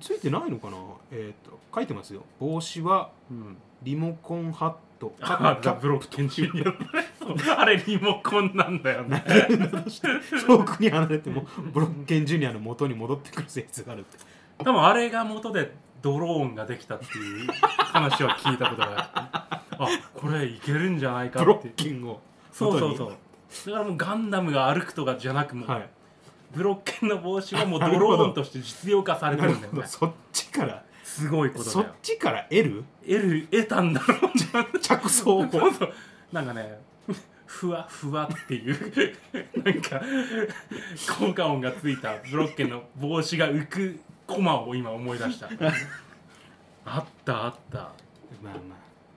Speaker 2: ついてないのかなえっ、と書いてますよ帽子は
Speaker 1: うんうん
Speaker 2: リモコンハットキャ
Speaker 1: あ
Speaker 2: ップキ
Speaker 1: ザ・
Speaker 2: ャッ
Speaker 1: ブロッケンジュニア そうあれリモコンなんだよね
Speaker 2: プ遠くに離れてもブロッケンジュニアの元に戻ってくる性質があるって
Speaker 1: 多分あれが元でドローンができたっていう話は聞いたことがあるあこれいけるんじゃないか
Speaker 2: ブロ
Speaker 1: っ
Speaker 2: ッ
Speaker 1: て
Speaker 2: キングを
Speaker 1: そうそう
Speaker 2: 元
Speaker 1: そ
Speaker 2: に
Speaker 1: うだからもうガンダムが歩くとかじゃなくもう、
Speaker 2: はい
Speaker 1: ブロッケンの帽子はもう
Speaker 2: な
Speaker 1: ド
Speaker 2: るほど
Speaker 1: ローンとして実用化されて
Speaker 2: なる
Speaker 1: るんだよ
Speaker 2: ほど
Speaker 1: ね
Speaker 2: そっちから
Speaker 1: すごいこと
Speaker 2: そ
Speaker 1: だ
Speaker 2: っ
Speaker 1: よ
Speaker 2: ちから L?
Speaker 1: 得る得たんだろうな
Speaker 2: 着想を
Speaker 1: そうそうなんかねふわふわっていうなんか効果音がついたブロッケンの帽子が浮くコマを今思い出したあったあった
Speaker 2: まあまあ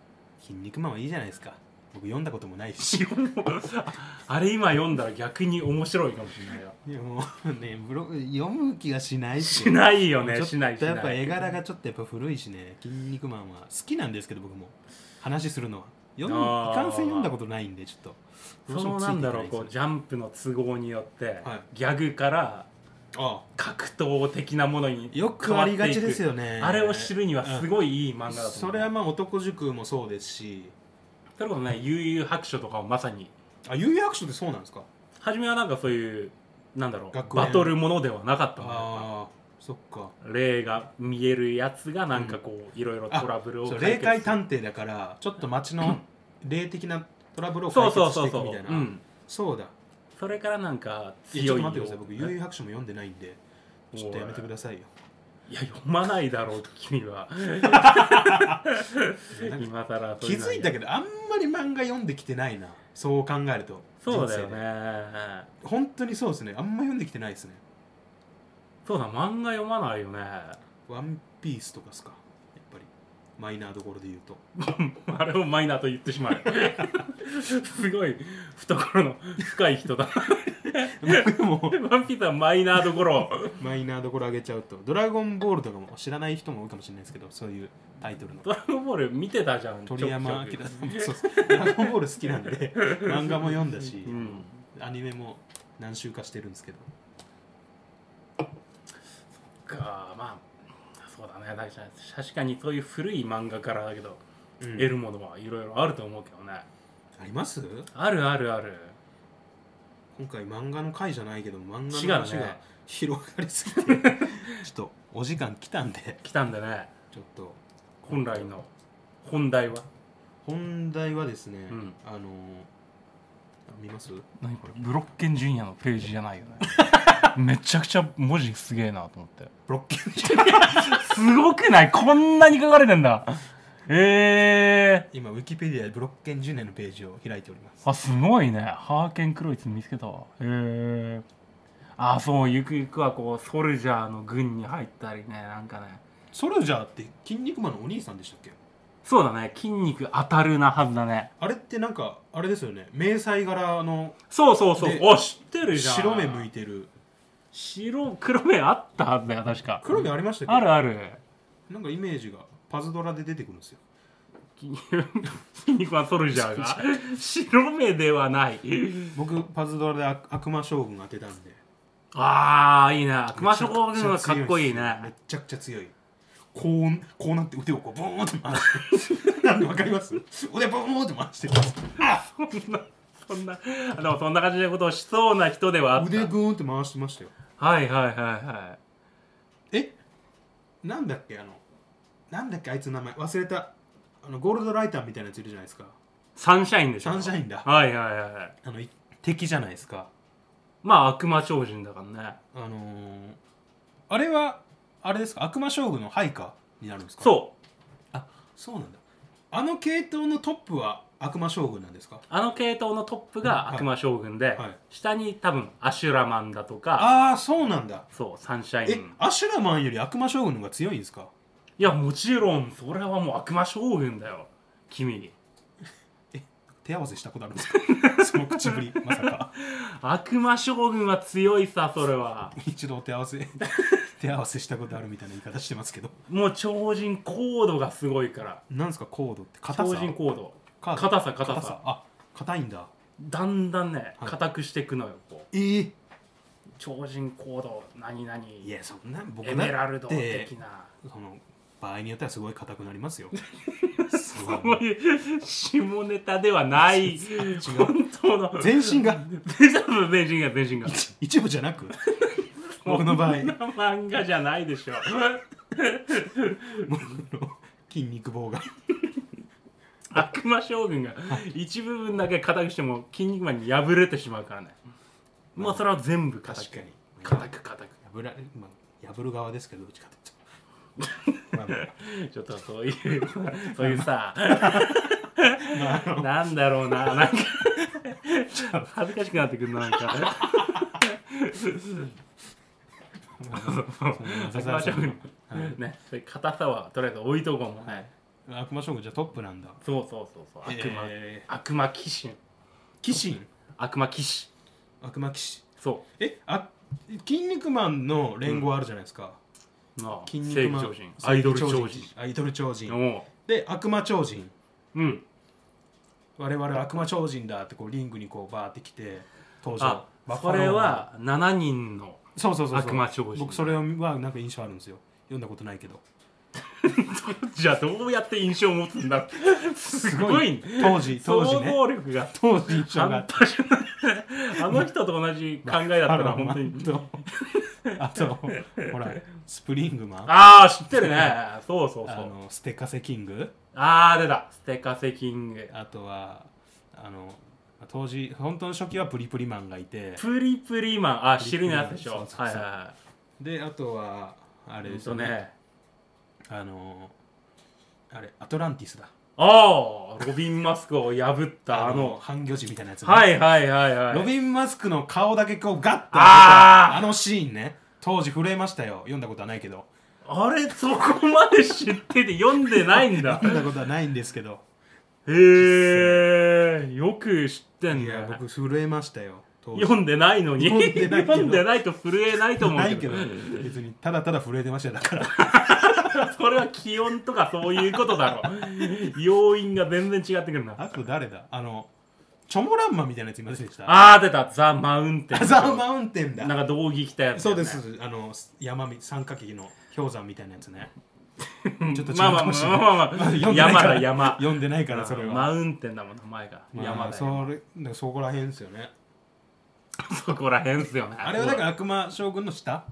Speaker 2: 「筋肉マン」はいいじゃないですか僕読んだこともないし
Speaker 1: 基 本もあれ今読んだら逆に面白いかもしれないよ
Speaker 2: いやもうねブロ読む気がしないし
Speaker 1: しないよねし
Speaker 2: ちょ
Speaker 1: ない
Speaker 2: っ
Speaker 1: し
Speaker 2: とやっぱ
Speaker 1: な
Speaker 2: 絵
Speaker 1: い
Speaker 2: 柄がちょっとやっぱ古いしね「筋肉マン」は好きなんですけど僕も話するのは読む
Speaker 1: あー
Speaker 2: いかんせん読んだことないんでちょっと
Speaker 1: そ
Speaker 2: どうしても
Speaker 1: のな
Speaker 2: ついてい
Speaker 1: ん
Speaker 2: け
Speaker 1: だ
Speaker 2: い
Speaker 1: ろう
Speaker 2: です
Speaker 1: こうジャンプの都合によって、
Speaker 2: はい
Speaker 1: ギャグから
Speaker 2: あ
Speaker 1: 格闘的なものに
Speaker 2: あよくありがちですよ
Speaker 1: 変
Speaker 2: ね
Speaker 1: わっていくあれを知るにはす
Speaker 2: い
Speaker 1: ごいいい漫画だと思う、
Speaker 2: それはまあ男塾もそうですし
Speaker 1: それこそね悠々白書とかもまさに
Speaker 2: あ有役所ってそうなんですか
Speaker 1: 初めはなんかそういうなんだろう
Speaker 2: 学園
Speaker 1: バトルものではなかったもんやっ
Speaker 2: ああそっか
Speaker 1: ぱ霊が見えるやつがなんかこういろいろ
Speaker 2: あ
Speaker 1: トラブルを
Speaker 2: そう
Speaker 1: 解
Speaker 2: 霊
Speaker 1: 決
Speaker 2: 界探偵だからちょっと街 の霊的なトラブルを
Speaker 1: そう
Speaker 2: 解決
Speaker 1: そう
Speaker 2: し
Speaker 1: そう
Speaker 2: ていく
Speaker 1: そ
Speaker 2: み
Speaker 1: う
Speaker 2: たいな
Speaker 1: う
Speaker 2: そうんだ
Speaker 1: それからなんか
Speaker 2: いやちょ
Speaker 1: 強い
Speaker 2: っと
Speaker 1: よ
Speaker 2: 待ってください僕悠々白書も読んでないんでちょっとやめてくださいよ
Speaker 1: いや読まないだろう君は
Speaker 2: なんか
Speaker 1: 今さら
Speaker 2: 気づいた
Speaker 1: ど
Speaker 2: けどあんまり漫画読んできてないなそう考えると
Speaker 1: そうだよ
Speaker 2: 人生で
Speaker 1: ね
Speaker 2: 本当にそうですねあんま読んできてないですね
Speaker 1: そうだ漫画読まないよね
Speaker 2: ワンピースとかですかやっぱりマイナーどころで言うと
Speaker 1: あれをマイナーと言ってしまう すごい懐の深い人だ
Speaker 2: 僕で も
Speaker 1: ワンピースはマイナーどころ
Speaker 2: マイナーどころ上げちゃうとドラゴンボールとかも知らない人も多いかもしれないですけどそういうタイトルの
Speaker 1: ドラゴンボール見てたじゃん
Speaker 2: 鳥山
Speaker 1: ちょくち
Speaker 2: 明
Speaker 1: ょく
Speaker 2: さんもそうそうドラゴンボール好きなんで漫画も読んだし、
Speaker 1: うん
Speaker 2: アニメも何週かしてるんですけど
Speaker 1: かまあそうだねだけど確かにそういう古い漫画からだけど、
Speaker 2: うん
Speaker 1: 得るものはいろいろあると思うけどね
Speaker 2: あります
Speaker 1: あるあるある
Speaker 2: 今回漫画の回じゃないけど漫画
Speaker 1: 違う
Speaker 2: の
Speaker 1: ね
Speaker 2: 話が 広がりすぎてちょっとお時間来たんで
Speaker 1: 来たんでね
Speaker 2: ちょっと
Speaker 1: 本来の本題は
Speaker 2: 本題はですね、
Speaker 1: うん
Speaker 2: あのーあ見ます
Speaker 4: 何これブロッケンジュニアのページじゃないよね めちゃくちゃ文字すげえなと思って
Speaker 2: ブロッケン
Speaker 4: すごくないこんなに書かれてんだええ
Speaker 2: 今ウィキペディアでブロッケンジュニアのページを開いております
Speaker 4: ー、あすごいねハーケンクロイツ見つけたわへえー、あそうゆくゆくはこうソルジャーの軍に入ったりねなんかね
Speaker 2: ソルジャーって筋肉マンのお兄さんでしたっけ
Speaker 4: そうだね筋肉当たるなはずだね
Speaker 2: あれってなんかあれですよね迷彩柄の
Speaker 1: そうそうそう
Speaker 2: で
Speaker 1: お知ってるじゃん
Speaker 2: 白目向いてる
Speaker 4: 白黒目あったはずだよ確か
Speaker 2: 黒目ありましたっけ
Speaker 4: あるある
Speaker 2: なんかイメージがパズドラで出てくるんですよ
Speaker 1: 筋肉はソルジャー が白目ではない
Speaker 2: 僕パズドラで悪悪魔将軍当てたんで
Speaker 1: ああいいな熊将軍はかっこいい
Speaker 2: め
Speaker 1: ね
Speaker 2: ちゃくちゃ強いこうこうなって腕をこうボーンって回して なんでわかります腕ボーンって回してます
Speaker 1: そんなそんなでもそんな感じのことをしそうな人ではあっ
Speaker 2: 腕
Speaker 1: た
Speaker 2: グーンって回してましたよ
Speaker 1: はいはいはいは
Speaker 2: えなんだっけあのなんだっけあいつの名前忘れたあのゴールドライターみたいなやついるじゃないですか
Speaker 1: いサンシャインでしょ
Speaker 2: サンシャインだ
Speaker 1: はいはいはいはい
Speaker 2: あのい敵じゃないですか
Speaker 1: まあ悪魔超人だからね
Speaker 2: あのー、あれはあれですか悪魔将軍の配下になるんですかう
Speaker 1: そう
Speaker 2: あそうなんだあの系統のトップは悪魔将軍なんですか
Speaker 1: あの系統のトップが悪魔将軍で、
Speaker 2: はい
Speaker 1: 下に多分アシュラマンだとか
Speaker 2: ああそうなんだ
Speaker 1: そうサンシャイ
Speaker 2: え
Speaker 1: ン
Speaker 2: アシュラマンより悪魔将軍の方が強いんですか
Speaker 1: いやもちろんそれはもう悪魔将軍だよ君
Speaker 2: 手合わせしたことあるんで すかその口ぶりまさか
Speaker 1: 悪魔将軍は強いさそれは
Speaker 2: 一度手合わせ 手合わせしたことあるみたいな言い方してますけど
Speaker 1: もう超人高度がすごいから
Speaker 2: なんですかコードって硬
Speaker 1: 超
Speaker 2: さ
Speaker 1: 人高度
Speaker 2: か
Speaker 1: 硬さ硬さ
Speaker 2: あ硬いんだ
Speaker 1: だんだんね
Speaker 2: はい
Speaker 1: 硬くしていくのよこう
Speaker 2: えー、
Speaker 1: 超人高度何々
Speaker 2: いやそんな僕
Speaker 1: エ
Speaker 2: だっ
Speaker 1: メ
Speaker 2: て
Speaker 1: ラルド的な
Speaker 2: その場合によってはすごい硬くなりますよ すごい
Speaker 1: そういう下ネタでは ない本当の
Speaker 2: 全身が
Speaker 1: 全身が全身が
Speaker 2: 一部じゃなく僕の場合
Speaker 1: そんな漫画じゃないでしょ
Speaker 2: 筋肉棒が
Speaker 1: 悪魔将軍が一部分だけ硬くしても筋肉マンに破れてしまうからねまあそれは全部硬く
Speaker 2: 確かに
Speaker 1: 硬く硬く
Speaker 2: 破ら、まあ、破る側ですけどどっちかっていうと まあまあ
Speaker 1: ちょっとそういうそういうさ
Speaker 2: まああの
Speaker 1: なんだろうななんか恥ずかしくなってくるななんか悪魔将軍ねそういう硬さはとりあえず置いとこうもんね
Speaker 2: 悪魔将軍じゃトップなんだ
Speaker 1: そうそうそうそう悪魔
Speaker 2: え
Speaker 1: 悪魔騎士
Speaker 2: ー騎士
Speaker 1: 悪魔騎士
Speaker 2: 悪魔騎士
Speaker 1: そ
Speaker 2: えあ筋肉マンの連合あるじゃないですか、
Speaker 1: うなあ
Speaker 2: 筋肉マン
Speaker 1: 正義超人アイドル超人
Speaker 2: アイドル超人
Speaker 1: お
Speaker 2: で悪魔超人
Speaker 1: ううん
Speaker 2: 我々悪魔超人だってこうリングにこうバーって来て登場
Speaker 1: あ
Speaker 2: バッフ
Speaker 1: こ
Speaker 2: ァロー
Speaker 1: れは7人の
Speaker 2: そうそうそうそう
Speaker 1: 悪魔超人
Speaker 2: 僕それはなんか印象あるんですよ読んだことないけど
Speaker 1: じゃあどうやって印象を持つんだろうすごいね
Speaker 2: 当時当時
Speaker 1: 想
Speaker 2: ね
Speaker 1: 像力が
Speaker 2: 当時印象があ
Speaker 1: 半
Speaker 2: った
Speaker 1: 端じゃないあ の人と同じ考えだったら本当に
Speaker 2: あとほらスプリングマンあ
Speaker 1: ああ知ってる ねそうそうそう
Speaker 2: のステカセキング
Speaker 1: ああ出たステカセキング
Speaker 2: あとはあの当時本当の初期はプリプリマンがいて
Speaker 1: プリプリマンあ汁のやつでし
Speaker 2: そ
Speaker 1: ょ
Speaker 2: うそうそう
Speaker 1: はいはいは
Speaker 2: であとはあ
Speaker 1: いほ
Speaker 2: れで
Speaker 1: ん
Speaker 2: すよ
Speaker 1: と
Speaker 2: ね
Speaker 1: ね
Speaker 2: あのあれアトランティスだ
Speaker 1: ああロビン・マスクを破ったあの
Speaker 2: 半魚人みたいなやつね、
Speaker 1: はいはいはいはい
Speaker 2: ロビン・マスクの顔だけこうガッと
Speaker 1: あー
Speaker 2: あのシーンね当時震えましたよ読んだことはない けど
Speaker 1: あれそこまで知ってて読んでないん だ
Speaker 2: 読んだことはないんですけど
Speaker 1: へえよく知ってん
Speaker 2: い
Speaker 1: だ
Speaker 2: や僕震えましたよ当時
Speaker 1: 読んでないのに
Speaker 2: 読んでないけど
Speaker 1: 読んでないと震えないと思う
Speaker 2: ない
Speaker 1: け
Speaker 2: け
Speaker 1: ど
Speaker 2: ど別にただただ震えてましたよだから
Speaker 1: それは気温とかそういうことだろ 要因が全然違ってくるな
Speaker 2: あと誰だあのチョモランマみたいなやついませんでした
Speaker 1: あー出たザ・マウンテン
Speaker 2: ザ・マウンテンだ
Speaker 1: なんか道着着たやつだ
Speaker 2: そう
Speaker 1: よね、
Speaker 2: ですそうですあの山み三角形の氷山みたいなや つねちょっと違う
Speaker 1: まあまあ
Speaker 2: かもしれ
Speaker 1: ま
Speaker 2: な
Speaker 1: あ
Speaker 2: い
Speaker 1: まあまあ
Speaker 2: 読んでない
Speaker 1: 山
Speaker 2: か
Speaker 1: だ
Speaker 2: ら
Speaker 1: 山
Speaker 2: 読んでないからそれは、
Speaker 1: マウンテンだもん名前が、
Speaker 2: まあ
Speaker 1: 山だよ
Speaker 2: それだからそこら辺ですよね
Speaker 1: そこらへんっすよね
Speaker 2: あれはだから悪魔将軍の下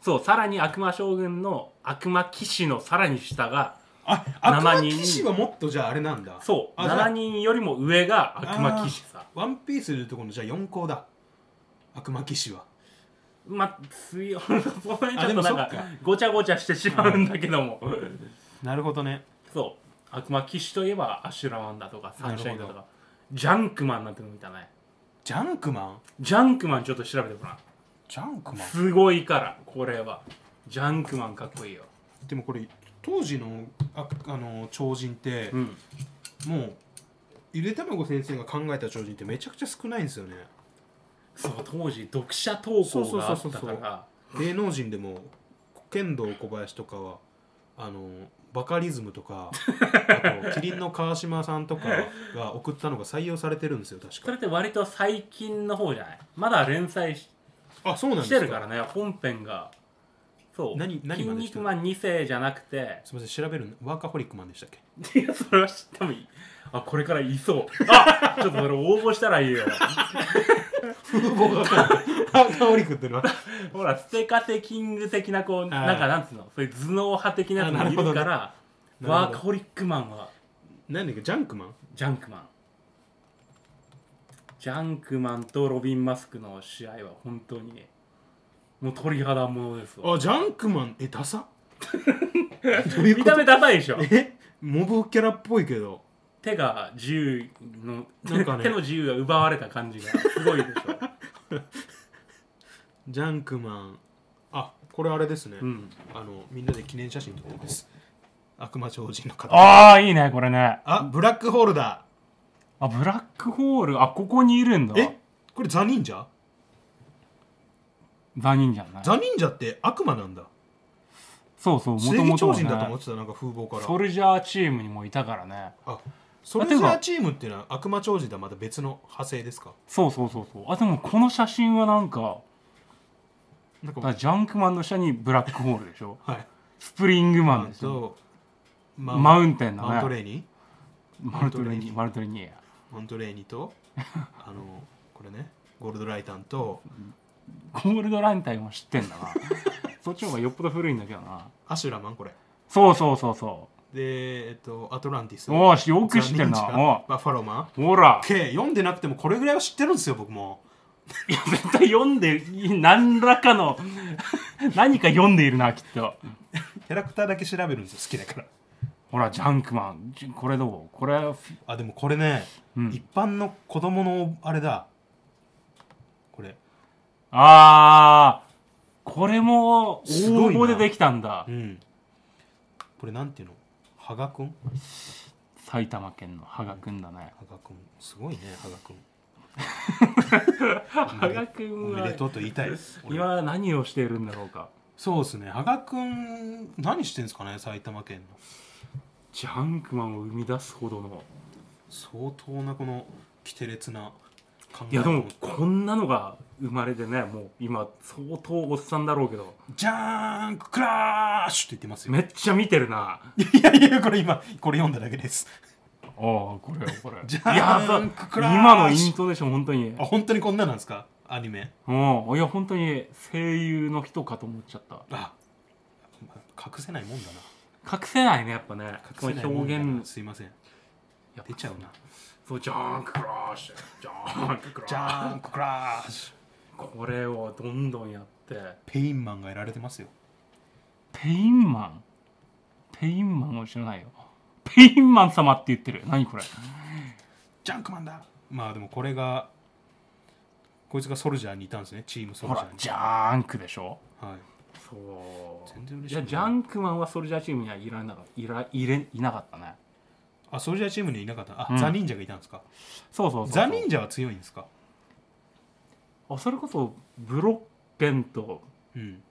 Speaker 1: そうさらに悪魔将軍の悪魔騎士のさらに下が
Speaker 2: あ悪魔
Speaker 1: 7人
Speaker 2: 騎士はもっとじゃああれなんだ
Speaker 1: そう
Speaker 2: あじゃ
Speaker 1: 7
Speaker 2: あ
Speaker 1: 人よりも上が悪魔騎士さ
Speaker 2: ワンピースでいうとこのじゃあ4校だ悪魔騎士は
Speaker 1: まあ強いその辺ち
Speaker 2: あ
Speaker 1: ょ
Speaker 2: で
Speaker 1: っと
Speaker 2: も
Speaker 1: な
Speaker 2: そ
Speaker 1: ん
Speaker 2: っか
Speaker 1: かごちゃごちゃしてしまうんだけども
Speaker 2: なるほどね
Speaker 1: そう悪魔騎士といえばアシュラマンだとかサンシャインだと
Speaker 2: な
Speaker 1: かジャンクマンなんての見たね
Speaker 2: ジャンクマン
Speaker 1: ジャンクマンちょっと調べてごらん
Speaker 2: ジャンクマン
Speaker 1: すごいからこれはジャンクマンかっこいいよ
Speaker 2: でもこれ当時のああの超人って、
Speaker 1: うん
Speaker 2: もうゆで卵先生が考えた超人ってめちゃくちゃ少ないんですよね
Speaker 1: そう当時読者投稿があっ
Speaker 2: そうそうそ
Speaker 1: た
Speaker 2: う
Speaker 1: か
Speaker 2: そ
Speaker 1: ら
Speaker 2: うそう芸能人でも剣道小林とかはあのバカリズム とかあとキリンの川島さんとかが送ったのが採用されてるんですよ確
Speaker 1: それ
Speaker 2: か
Speaker 1: って割と最近の方じゃないまだ連載し
Speaker 2: あそうなんです
Speaker 1: してるからね本編がそう
Speaker 2: 何何まで
Speaker 1: 筋
Speaker 2: し
Speaker 1: 肉
Speaker 2: てる
Speaker 1: マン2世じゃなくて
Speaker 2: すみません調べるのワーカホリックマンでしたっけ
Speaker 1: いやそれは知ってもいいあこれからいそうあちょっとそれ応募したらいいよ
Speaker 2: ワーカホリックっていうのは
Speaker 1: ほらステカテキング的なこう
Speaker 2: あー
Speaker 1: なんかなんつうのそういう頭脳派的なやつ
Speaker 2: あな
Speaker 1: も
Speaker 2: る
Speaker 1: い
Speaker 2: ほど
Speaker 1: る
Speaker 2: ね
Speaker 1: から
Speaker 2: なるほど
Speaker 1: ワーカホリックマンは
Speaker 2: 何だっけジャンクマン
Speaker 1: ジャンクマンジャンクマンとロビン・マスクの試合は本当にねもう鳥肌ものですわ
Speaker 2: あジャンクマンえダサどういう
Speaker 1: 見
Speaker 2: こ
Speaker 1: た
Speaker 2: と
Speaker 1: 目ダサいでしょ
Speaker 2: えモブキャラっぽいけど
Speaker 1: 手が自由の
Speaker 2: なんかね
Speaker 1: 手の自由が奪われた感じがすごいでしょ、
Speaker 2: ジャンクマンあこれあれですね、
Speaker 1: うん、
Speaker 2: あのみんなで記念写真撮ってます悪魔超人の方 あ
Speaker 4: ああ、いいね、これね。
Speaker 2: ブラックホールだ
Speaker 4: あ、ブラックホール、あ、ここにいるんだ。
Speaker 2: えこれザ忍者
Speaker 4: ザ忍者ね。
Speaker 2: ザ忍者って悪魔なんだ
Speaker 4: そうそう、も
Speaker 2: 正
Speaker 4: と
Speaker 2: 義
Speaker 4: もと
Speaker 2: 超人だと思
Speaker 4: ね、
Speaker 2: ってたなんか風貌から
Speaker 4: ソルジャーチームにもいたからね。
Speaker 2: あソルジャーチームっていうのは悪魔超人とはまた別の派生ですか
Speaker 4: そうそうそうそう。あ、でもこの写真はなんか、
Speaker 2: な
Speaker 4: だ
Speaker 2: んか
Speaker 4: からジャンクマンの下にブラックホールでしょ
Speaker 2: はい
Speaker 4: スプリングマン
Speaker 2: あ
Speaker 4: でしょ
Speaker 2: とマ
Speaker 4: マウンテンだね。
Speaker 2: マントレーニ
Speaker 4: マルトレニマルトレニー
Speaker 2: マントレーニとあのこれねゴールドライタンと
Speaker 4: ゴールドランタイも知ってんだな そっちの方がよっぽど古いんだけどな
Speaker 2: アシュラマンこれ
Speaker 4: そうそうそうそ
Speaker 2: でえっとアトランティス
Speaker 4: うおーしよく知ってる
Speaker 2: ザ
Speaker 4: な
Speaker 2: 忍者
Speaker 4: お
Speaker 2: バッファローマン
Speaker 4: うほら
Speaker 2: OK 読んでなくてもこれぐらいは知ってるんですよ僕も
Speaker 4: 絶対読んで何らかの 何か読んでいるなきっと
Speaker 2: キャラクターだけ調べるんですよ好きだから
Speaker 4: ほらジャンクマンじこれどうこれ
Speaker 2: あでもこれね、
Speaker 4: うん
Speaker 2: 一般の子供のあれだこれ
Speaker 4: あーこれも応
Speaker 2: すごいな
Speaker 4: 募でできたんだ
Speaker 2: うんこれなんていうの羽賀くん
Speaker 4: 埼玉県の羽賀くんだ ね
Speaker 2: 羽賀くんすごいね羽賀 くん
Speaker 1: 羽賀君
Speaker 2: おめで
Speaker 1: は
Speaker 2: とうと言いたい俺は
Speaker 4: 今何をしているんだろうか
Speaker 2: そうですね羽賀くん何してんですかね埼玉県の
Speaker 4: ジャンクマンを生み出すほどの
Speaker 2: 相当なこの奇てれつな考
Speaker 4: い
Speaker 2: え
Speaker 4: や
Speaker 2: を
Speaker 4: で
Speaker 2: 持
Speaker 4: も
Speaker 2: った
Speaker 4: こんなのが生まれてねもう今相当おっさんだろうけど
Speaker 2: ジャーンクラッシュって言ってますよ
Speaker 4: めっちゃ見てるなあ
Speaker 2: いやいやこれ今これ読んだだけです
Speaker 4: あこれ これ
Speaker 2: ジャ
Speaker 4: いや
Speaker 2: ーンクラッシュ
Speaker 4: 今のイントネーション本当に
Speaker 2: あ本当にこんななんですかアニメ
Speaker 4: うんいや本当に声優の人かと思っちゃった
Speaker 2: あ隠せないもんだな
Speaker 4: 隠せないねやっぱね
Speaker 2: 隠せないもんだ
Speaker 4: こ
Speaker 2: な
Speaker 4: の表現
Speaker 2: すいません
Speaker 4: やっぱ
Speaker 2: 出ちゃうな
Speaker 4: そうジャーンククラッシュジャーンククラッシ
Speaker 2: ジ
Speaker 4: ュ
Speaker 2: ャーンクラッシュ
Speaker 4: これをどんどんやって
Speaker 2: ペインマンがやられてますよ
Speaker 4: ペインマンペインマンを知らないよペインマン様って言ってる何これ
Speaker 2: ジャンクマンだまあでもこれがこいつがソルジャーにいたんですねチームソル
Speaker 4: ほ
Speaker 2: ジャ
Speaker 4: らジャー
Speaker 2: ーに
Speaker 4: ンクでしょ
Speaker 2: はい
Speaker 4: そう
Speaker 2: 全然嬉し
Speaker 4: い
Speaker 2: くな
Speaker 4: や
Speaker 2: い
Speaker 4: ジャンクマンはソルジャーチームにはいらなかったいらいれいなかったね
Speaker 2: あソルジャーチームにはいなかったあ、
Speaker 4: うん
Speaker 2: ザ忍者がいたんですか
Speaker 4: そうそうそうそう
Speaker 2: ザ忍者は強いんですか
Speaker 4: あそれこそブロッケンと
Speaker 2: うん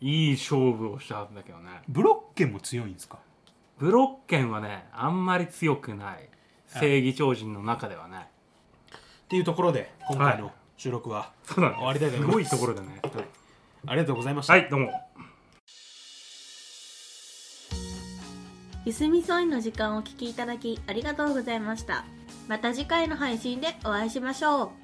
Speaker 4: いい勝負をしたんだけどね
Speaker 2: ブロッケンも強いんですか
Speaker 4: ブロッケンはねあんまり強くない正義超人の中ではね
Speaker 2: っていうところで今回の収録は、
Speaker 4: そうだね
Speaker 2: 終わりたいと
Speaker 4: す
Speaker 2: 思い
Speaker 4: ご
Speaker 2: ま
Speaker 4: い
Speaker 2: す
Speaker 4: ところでね
Speaker 2: ありがとうございました、
Speaker 4: はいどうも
Speaker 3: ゆすみそいの時間をお聞きいただきありがとうございましたまた次回の配信でお会いしましょう